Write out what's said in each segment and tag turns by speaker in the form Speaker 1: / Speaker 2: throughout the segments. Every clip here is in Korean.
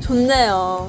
Speaker 1: 좋네요.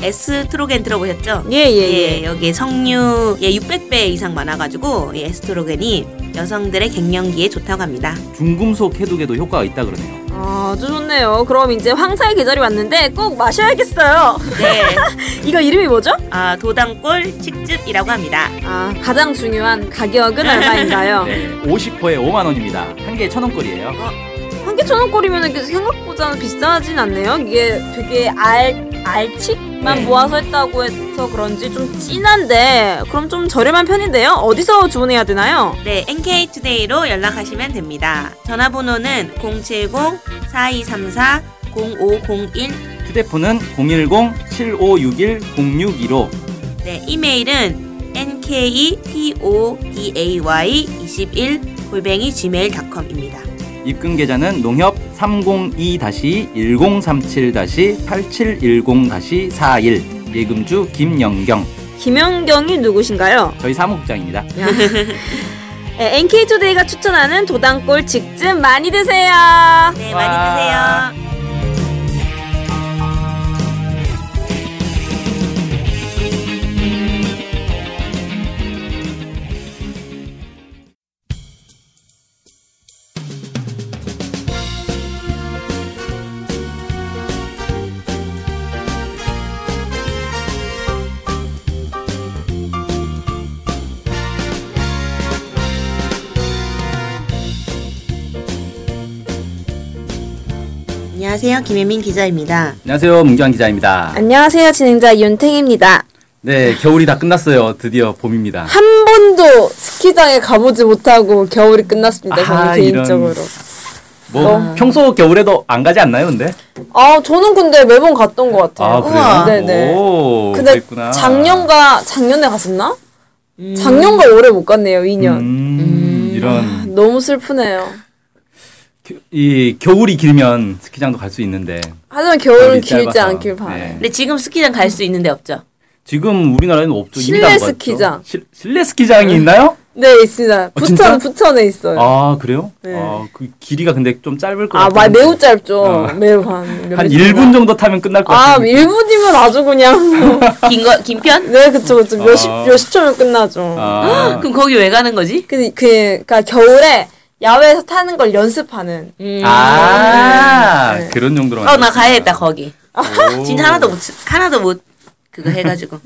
Speaker 2: 에스트로겐 들어보셨죠?
Speaker 1: 예예예.
Speaker 2: 여기 성류의 600배 이상 많아가지고 이 에스트로겐이 여성들의 갱년기에 좋다고 합니다.
Speaker 3: 중금속 해독에도 효과가 있다 그러네요.
Speaker 1: 아주 좋네요. 그럼 이제 황사의 계절이 왔는데 꼭 마셔야겠어요.
Speaker 2: 네,
Speaker 1: 이거 이름이 뭐죠?
Speaker 2: 아, 도당골 칡즙이라고 합니다.
Speaker 1: 아 가장 중요한 가격은
Speaker 4: 아.
Speaker 1: 얼마인가요?
Speaker 3: 네, 50호에 5만 원입니다. 한 개에 천 원꼴이에요.
Speaker 1: 한 개 천 원꼴이면 이게 생각보다 비싸진 않네요. 이게 되게 알 알칡만
Speaker 3: 네.
Speaker 1: 모아서 했다고 해서 그런지 좀 진한데 그럼 좀 저렴한 편인데요. 어디서 주문해야 되나요?
Speaker 2: 네, NK투데이로 연락하시면 됩니다. 전화번호는 070-4234-0501
Speaker 3: 휴대폰은 010-7561-0615
Speaker 2: 네, 이메일은 nktoday21 골뱅이 gmail.com입니다.
Speaker 3: 입금 계좌는 농협 302-1037-8710-41 예금주 김영경
Speaker 1: 김연경이 누구신가요?
Speaker 3: 저희 사무국장입니다.
Speaker 1: 네, NK투데이가 추천하는 도당골 직즙 많이 드세요.
Speaker 2: 네,
Speaker 3: 와.
Speaker 2: 많이 드세요. 안녕하세요. 김혜민 기자입니다.
Speaker 3: 안녕하세요. 문경환 기자입니다.
Speaker 1: 안녕하세요. 진행자 윤탱입니다.
Speaker 3: 네, 겨울이 다 끝났어요. 드디어 봄입니다.
Speaker 1: 한 번도 스키장에 가보지 못하고 겨울이 끝났습니다. 저는
Speaker 3: 아, 이런.
Speaker 1: 개인적으로.
Speaker 3: 뭐
Speaker 4: 어.
Speaker 3: 평소 겨울에도 안 가지 않나요, 근데?
Speaker 4: 아 저는 근데 매번 갔던 것 같아요.
Speaker 3: 아,
Speaker 2: 우와.
Speaker 3: 그래요?
Speaker 4: 네네.
Speaker 3: 오,
Speaker 4: 근데
Speaker 3: 그랬구나.
Speaker 4: 작년과 작년에 갔었나? 작년과 올해 못 갔네요. 2년.
Speaker 3: 음, 이런
Speaker 4: 너무 슬프네요.
Speaker 3: 겨- 이 겨울이 길면 스키장도 갈 수 있는데
Speaker 4: 하지만 겨울은
Speaker 3: 겨울이
Speaker 4: 길지
Speaker 3: 짧아서.
Speaker 4: 않길 바래.
Speaker 3: 네.
Speaker 2: 근데 지금 스키장 갈 수 있는데 없죠?
Speaker 3: 지금 우리나라에는 없죠. 이미
Speaker 4: 실내
Speaker 3: 다 가봤죠.
Speaker 4: 스키장.
Speaker 3: 실, 실내 스키장이 있나요?
Speaker 4: 네, 있습니다.
Speaker 3: 어,
Speaker 4: 부천
Speaker 3: 진짜?
Speaker 4: 부천에 있어요. 아,
Speaker 3: 아 그래요?
Speaker 4: 네.
Speaker 3: 아, 그 길이가 근데 좀 짧을 것
Speaker 4: 마,
Speaker 3: 같아요.
Speaker 4: 매우 짧죠.
Speaker 3: 어.
Speaker 4: 매우 한. 몇
Speaker 3: 한
Speaker 4: 미터
Speaker 3: 1분 정도 타면 끝날 것
Speaker 4: 아,
Speaker 3: 같아요.
Speaker 4: 1분이면 아주 그냥. 뭐,
Speaker 2: 긴 거, 긴 편?
Speaker 4: 네, 그쵸, 그쵸. 몇십,
Speaker 3: 아.
Speaker 4: 몇십 초면 끝나죠.
Speaker 3: 아,
Speaker 2: 그럼 거기 왜 가는 거지?
Speaker 4: 그, 그, 그니까 겨울에 야외에서 타는 걸 연습하는.
Speaker 2: 음.
Speaker 3: 아,
Speaker 4: 네.
Speaker 3: 그런 정도로.
Speaker 2: 어, 나
Speaker 3: 만들었구나.
Speaker 2: 가야겠다, 거기.
Speaker 3: 오.
Speaker 2: 진짜 하나도 못, 치- 하나도 못, 그거 해가지고.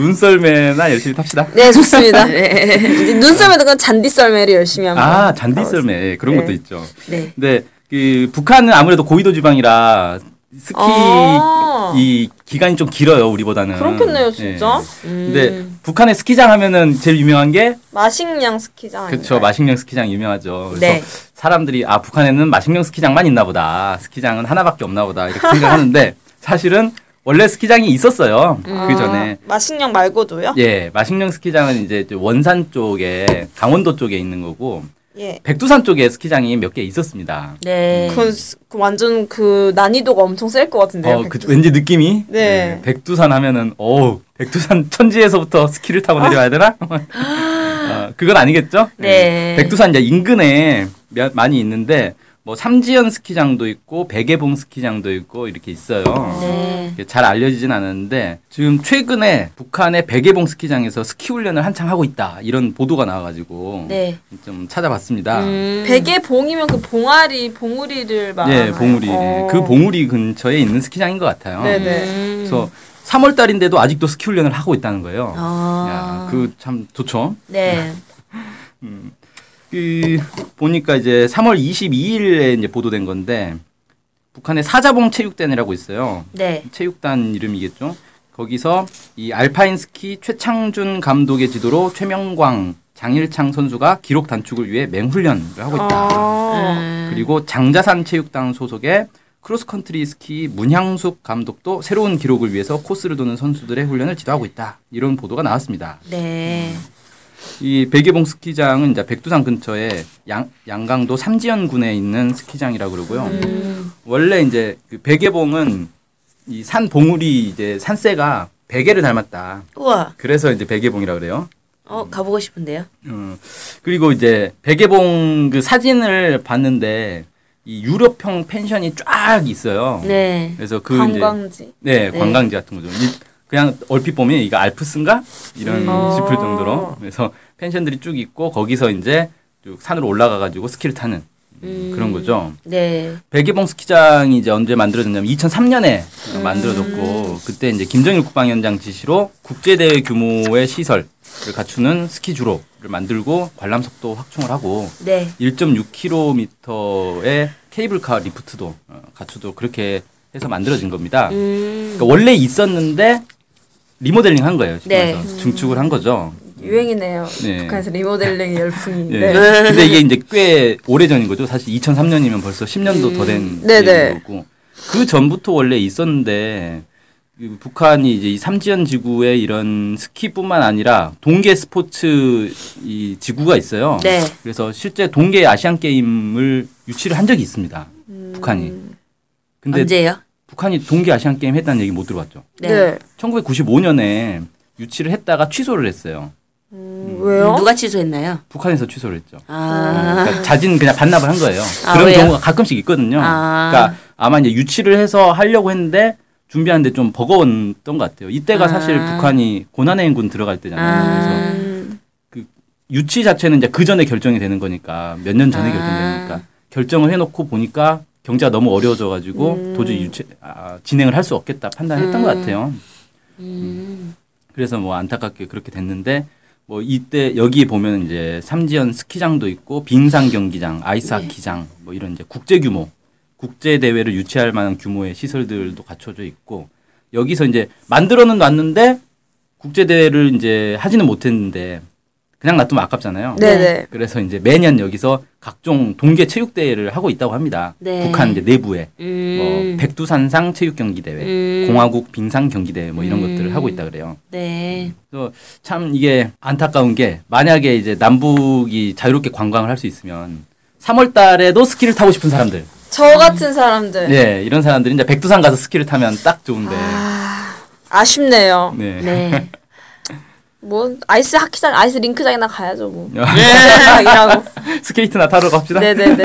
Speaker 3: 눈썰매나 열심히 탑시다.
Speaker 4: 네, 좋습니다. 이제 눈썰매도 그냥 잔디썰매를 열심히 합니다.
Speaker 3: 아 잔디썰매 예, 그런
Speaker 4: 네.
Speaker 3: 것도 있죠.
Speaker 2: 네.
Speaker 3: 근데 그 북한은 아무래도 고위도 지방이라 스키
Speaker 4: 아.
Speaker 3: 이 기간이 좀 길어요 우리보다는.
Speaker 4: 그렇겠네요, 진짜. 음.
Speaker 3: 예. 근데 북한의 스키장 하면은 제일 유명한 게
Speaker 4: 마식량 스키장.
Speaker 3: 그쵸 마식령 스키장 유명하죠. 그래서
Speaker 2: 네.
Speaker 3: 사람들이 아 북한에는 마식령 스키장만 있나 보다. 스키장은 하나밖에 없나 보다 이렇게 생각하는데 사실은 원래 스키장이 있었어요
Speaker 4: 아. 음.
Speaker 3: 그 전에.
Speaker 4: 마식령 말고도요?
Speaker 3: 예, 마식령 스키장은 이제 원산 쪽에 강원도 쪽에 있는 거고
Speaker 4: 예.
Speaker 3: 백두산 쪽에 스키장이 몇 개 있었습니다.
Speaker 2: 네.
Speaker 4: 그건 스- 그 완전 그 난이도가 엄청 셀 것 같은데요.
Speaker 3: 어, 그,
Speaker 4: 네, 백두산.
Speaker 3: 왠지 느낌이
Speaker 4: 네.
Speaker 3: 예, 백두산 하면은 어우 백두산 천지에서부터 스키를 타고 내려와야 되나? 어, 그건 아니겠죠?
Speaker 2: 네.
Speaker 3: 예, 백두산 이제 인근에 몇- 많이 있는데 뭐 삼지연 스키장도 있고 백예봉 스키장도 있고 이렇게 있어요.
Speaker 2: 네.
Speaker 3: 이게 잘 알려지진 않았는데 지금 최근에 북한의 백예봉 스키장에서 스키 훈련을 한창 하고 있다 이런 보도가 나와가지고
Speaker 2: 네.
Speaker 3: 좀 찾아봤습니다.
Speaker 2: 음.
Speaker 4: 백의 봉이면 그 봉아리, 봉우리를 말.
Speaker 3: 예, 봉우리 예,
Speaker 4: 어.
Speaker 3: 그 봉우리 근처에 있는 스키장인 것 같아요.
Speaker 4: 네네.
Speaker 2: 음.
Speaker 3: 그래서 3월 달인데도 아직도 스키 훈련을 하고 있다는 거예요.
Speaker 2: 아.
Speaker 3: 그 참 좋죠.
Speaker 2: 네.
Speaker 3: 그 보니까 이제 3월 22일에 이제 보도된 건데 북한의 사자봉 체육단이라고 있어요.
Speaker 2: 네.
Speaker 3: 체육단 이름이겠죠. 거기서 이 알파인 스키 최창준 감독의 지도로 최명광, 장일창 선수가 기록 단축을 위해 맹훈련을
Speaker 4: 어.
Speaker 3: 하고 있다.
Speaker 4: 아.
Speaker 2: 음.
Speaker 3: 네. 그리고 장자산 체육단 소속의 크로스컨트리 스키 문향숙 감독도 새로운 기록을 위해서 코스를 도는 선수들의 훈련을 지도하고 있다. 이런 보도가 나왔습니다.
Speaker 2: 네.
Speaker 3: 이 백예봉 스키장은 이제 백두산 근처에 양, 양강도 삼지연군에 있는 스키장이라고 그러고요.
Speaker 2: 음.
Speaker 3: 원래 이제 그 백예봉은 이 산 봉우리 이제 산세가 베개를 닮았다.
Speaker 2: 우와.
Speaker 3: 그래서 이제 백예봉이라 그래요.
Speaker 2: 어 가보고 싶은데요.
Speaker 3: 음, 그리고 이제 백예봉 그 사진을 봤는데 이 유럽형 펜션이 쫙 있어요.
Speaker 2: 네.
Speaker 3: 그래서 그 이제
Speaker 4: 관광지.
Speaker 3: 네,
Speaker 2: 네.
Speaker 3: 관광지 같은 거죠. 이- 그냥 얼핏 보면 이거 알프스인가 이런 싶을 정도로 그래서 펜션들이 쭉 있고 거기서 이제 쭉 산으로 올라가 가지고 스키를 타는
Speaker 2: 음.
Speaker 3: 그런 거죠.
Speaker 2: 네.
Speaker 3: 백예봉 스키장이 이제 언제 만들어졌냐면 2003년에 만들어졌고 그때 이제 김정일 국방위원장 지시로 국제대회 규모의 시설을 갖추는 스키 주로를 만들고 관람석도 확충을 하고
Speaker 2: 네.
Speaker 3: 1.6km의 케이블카 리프트도 어, 갖추도록 그렇게 해서 만들어진 겁니다.
Speaker 2: 음.
Speaker 3: 그러니까 원래 있었는데 리모델링 한 거예요. 지금
Speaker 2: 네.
Speaker 3: 와서. 증축을 한 거죠.
Speaker 4: 유행이네요.
Speaker 3: 네.
Speaker 4: 북한에서 리모델링 열풍이.
Speaker 3: 예.
Speaker 4: 네.
Speaker 3: 근데 이게 이제 꽤 오래전인 거죠. 사실 2003년이면 벌써 10년도 더 된
Speaker 4: 네네.
Speaker 3: 거고. 그 전부터 원래 있었는데 이 북한이 이제 이 삼지연 지구에 이런 스키뿐만 아니라 동계 스포츠 이 지구가 있어요.
Speaker 2: 네.
Speaker 3: 그래서 실제 동계 아시안 게임을 유치를 한 적이 있습니다. 북한이. 근데
Speaker 2: 언제요?
Speaker 3: 북한이 동계 아시안 게임 했다는 얘기 못 들어봤죠.
Speaker 2: 네.
Speaker 4: 네.
Speaker 3: 1995년에 유치를 했다가 취소를 했어요.
Speaker 4: 음, 왜요?
Speaker 2: 누가 취소했나요?
Speaker 3: 북한에서 취소를 했죠.
Speaker 2: 아.
Speaker 3: 그러니까 자진 그냥 반납을 한 거예요.
Speaker 2: 아,
Speaker 3: 그런
Speaker 2: 왜요?
Speaker 3: 경우가 가끔씩 있거든요.
Speaker 2: 아.
Speaker 3: 그러니까 아마 이제 유치를 해서 하려고 했는데 준비하는데 좀 버거웠던 것 같아요. 이때가
Speaker 2: 아.
Speaker 3: 사실 북한이 고난의 인군 들어갈 때잖아요. 그래서
Speaker 2: 아.
Speaker 3: 음. 유치 자체는 이제 그 전에 결정이 되는 거니까 몇 년 전에
Speaker 2: 아.
Speaker 3: 결정되니까 결정을 해놓고 보니까 경제가 너무 어려워져 가지고 도저히 유치 아, 진행을 할 수 없겠다 판단했던
Speaker 2: 음.
Speaker 3: 것 같아요.
Speaker 2: 음.
Speaker 3: 그래서 뭐 안타깝게 그렇게 됐는데 뭐 이때 여기 보면 이제 삼지연 스키장도 있고 빙상 경기장,
Speaker 2: 네.
Speaker 3: 아이스하키장 뭐 이런 이제 국제 규모 국제 대회를 유치할 만한 규모의 시설들도 갖춰져 있고 여기서 이제 만들어는 놨는데 국제 대회를 이제 하지는 못했는데 그냥 놔두면 아깝잖아요.
Speaker 4: 네네.
Speaker 3: 그래서 이제 매년 여기서 각종 동계 체육 대회를 하고 있다고 합니다.
Speaker 2: 네.
Speaker 3: 북한 이제 내부에
Speaker 2: 음.
Speaker 3: 뭐 백두산상 체육 경기 대회,
Speaker 2: 음.
Speaker 3: 공화국 빙상 경기 대회 뭐 이런
Speaker 2: 음.
Speaker 3: 것들을 하고 있다 그래요.
Speaker 2: 네.
Speaker 3: 참 이게 안타까운 게 만약에 이제 남북이 자유롭게 관광을 할 수 있으면 3월 달에도 스키를 타고 싶은 사람들.
Speaker 2: 음.
Speaker 4: 저 같은 사람들.
Speaker 2: 네.
Speaker 3: 예, 이런 사람들이 이제 백두산 가서 스키를 타면 딱 좋은데.
Speaker 4: 아쉽네요.
Speaker 3: 네.
Speaker 2: 아, 네.
Speaker 4: 뭐 아이스 하키장, 아이스 링크장이나 가야죠 뭐.
Speaker 3: 아. 생각이라고. 스케이트나 타러 갑시다.
Speaker 4: 네네네.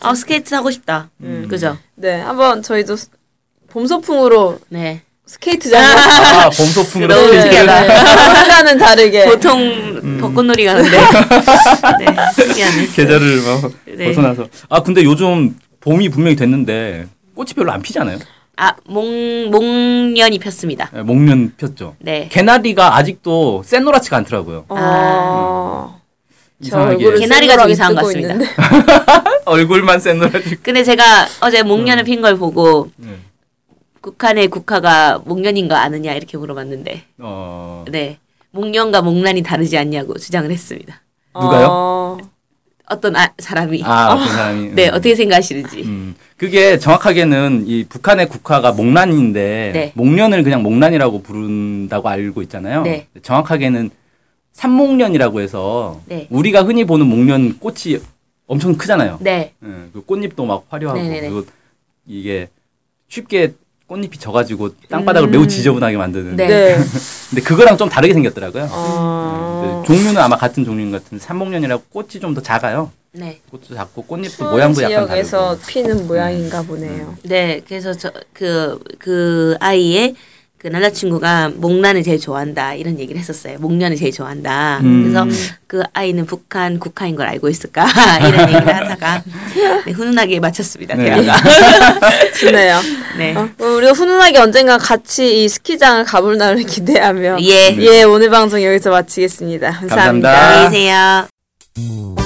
Speaker 2: 아, 어, 스케이트 하고 싶다.
Speaker 3: 음.
Speaker 2: 음. 그죠?
Speaker 4: 네, 한번 저희도 스- 봄 소풍으로
Speaker 2: 네.
Speaker 4: 스케이트장
Speaker 3: 아, 봄소풍으로
Speaker 2: 너무
Speaker 3: 스케이트.
Speaker 2: 신기하다.
Speaker 4: 한가는 다르게.
Speaker 2: 보통
Speaker 3: 음.
Speaker 2: 벚꽃놀이 가는데. 네. 신기하네.
Speaker 3: 계절을 막
Speaker 2: 네.
Speaker 3: 벗어나서. 아, 근데 요즘 봄이 분명히 됐는데 꽃이 별로 안 피잖아요.
Speaker 2: 아, 몽, 몽년이 폈습니다.
Speaker 3: 예, 목련 폈죠.
Speaker 2: 네.
Speaker 3: 개나리가 아직도 새노랗지가 않더라고요.
Speaker 4: 아, 저
Speaker 3: 이상하게.
Speaker 4: 어. 얼굴을
Speaker 2: 개나리가
Speaker 4: 생물하게
Speaker 2: 좀 이상한 것
Speaker 4: 뜨고
Speaker 2: 같습니다.
Speaker 4: 있는데.
Speaker 3: 얼굴만 새노랗지.
Speaker 2: 근데 제가 어제 목련을 핀 걸 보고
Speaker 3: 음. 네.
Speaker 2: 북한의 국화가 목련인 거 아느냐 이렇게 물어봤는데
Speaker 3: 어.
Speaker 2: 네 목련과 목란이 다르지 않냐고 주장을 했습니다.
Speaker 3: 누가요?
Speaker 4: 어,
Speaker 2: 어떤 아, 사람이
Speaker 3: 아, 그 사람이.
Speaker 2: 네
Speaker 3: 음.
Speaker 2: 어떻게 생각하시는지
Speaker 3: 음, 그게 정확하게는 이 북한의 국화가 목란인데
Speaker 2: 네.
Speaker 3: 목련을 그냥 목란이라고 부른다고 알고 있잖아요.
Speaker 2: 네.
Speaker 3: 정확하게는 삼목련이라고 해서
Speaker 2: 네.
Speaker 3: 우리가 흔히 보는 목련 꽃이 엄청 크잖아요.
Speaker 2: 네
Speaker 3: 예, 그 꽃잎도 막 화려하고
Speaker 2: 네네네.
Speaker 3: 그리고 이게 쉽게 꽃잎이 져가지고 땅바닥을 매우 지저분하게 만드는.
Speaker 2: 음. 네.
Speaker 4: 네.
Speaker 3: 근데 그거랑 좀 다르게 생겼더라고요.
Speaker 2: 아.
Speaker 3: 네,
Speaker 4: 어,
Speaker 3: 근데 종류는 아마 같은 종류인 것 같은데 삼목련이라고 꽃이 좀 더 작아요.
Speaker 2: 네,
Speaker 3: 꽃도 작고 꽃잎도 그 모양도 약간
Speaker 4: 지역에서
Speaker 3: 다르고. 음.
Speaker 4: 피는 모양인가 보네요.
Speaker 2: 네 그래서 저 그 그 아이의 그 남자친구가 목란을 제일 좋아한다 이런 얘기를 했었어요. 목련을 제일 좋아한다.
Speaker 3: 음.
Speaker 2: 그래서 그 아이는 북한 국화인 걸 알고 있을까 이런 얘기를 하다가 네, 훈훈하게 마쳤습니다
Speaker 3: 네.
Speaker 2: 대화가.
Speaker 4: 좋네요.
Speaker 2: 네.
Speaker 4: 어, 그럼 우리가 훈훈하게 언젠가 같이 이 스키장을 가볼 날을 기대하며
Speaker 2: 예.
Speaker 4: 예 오늘 방송 여기서 마치겠습니다. 감사합니다.
Speaker 3: 감사합니다.
Speaker 2: 안녕히 계세요.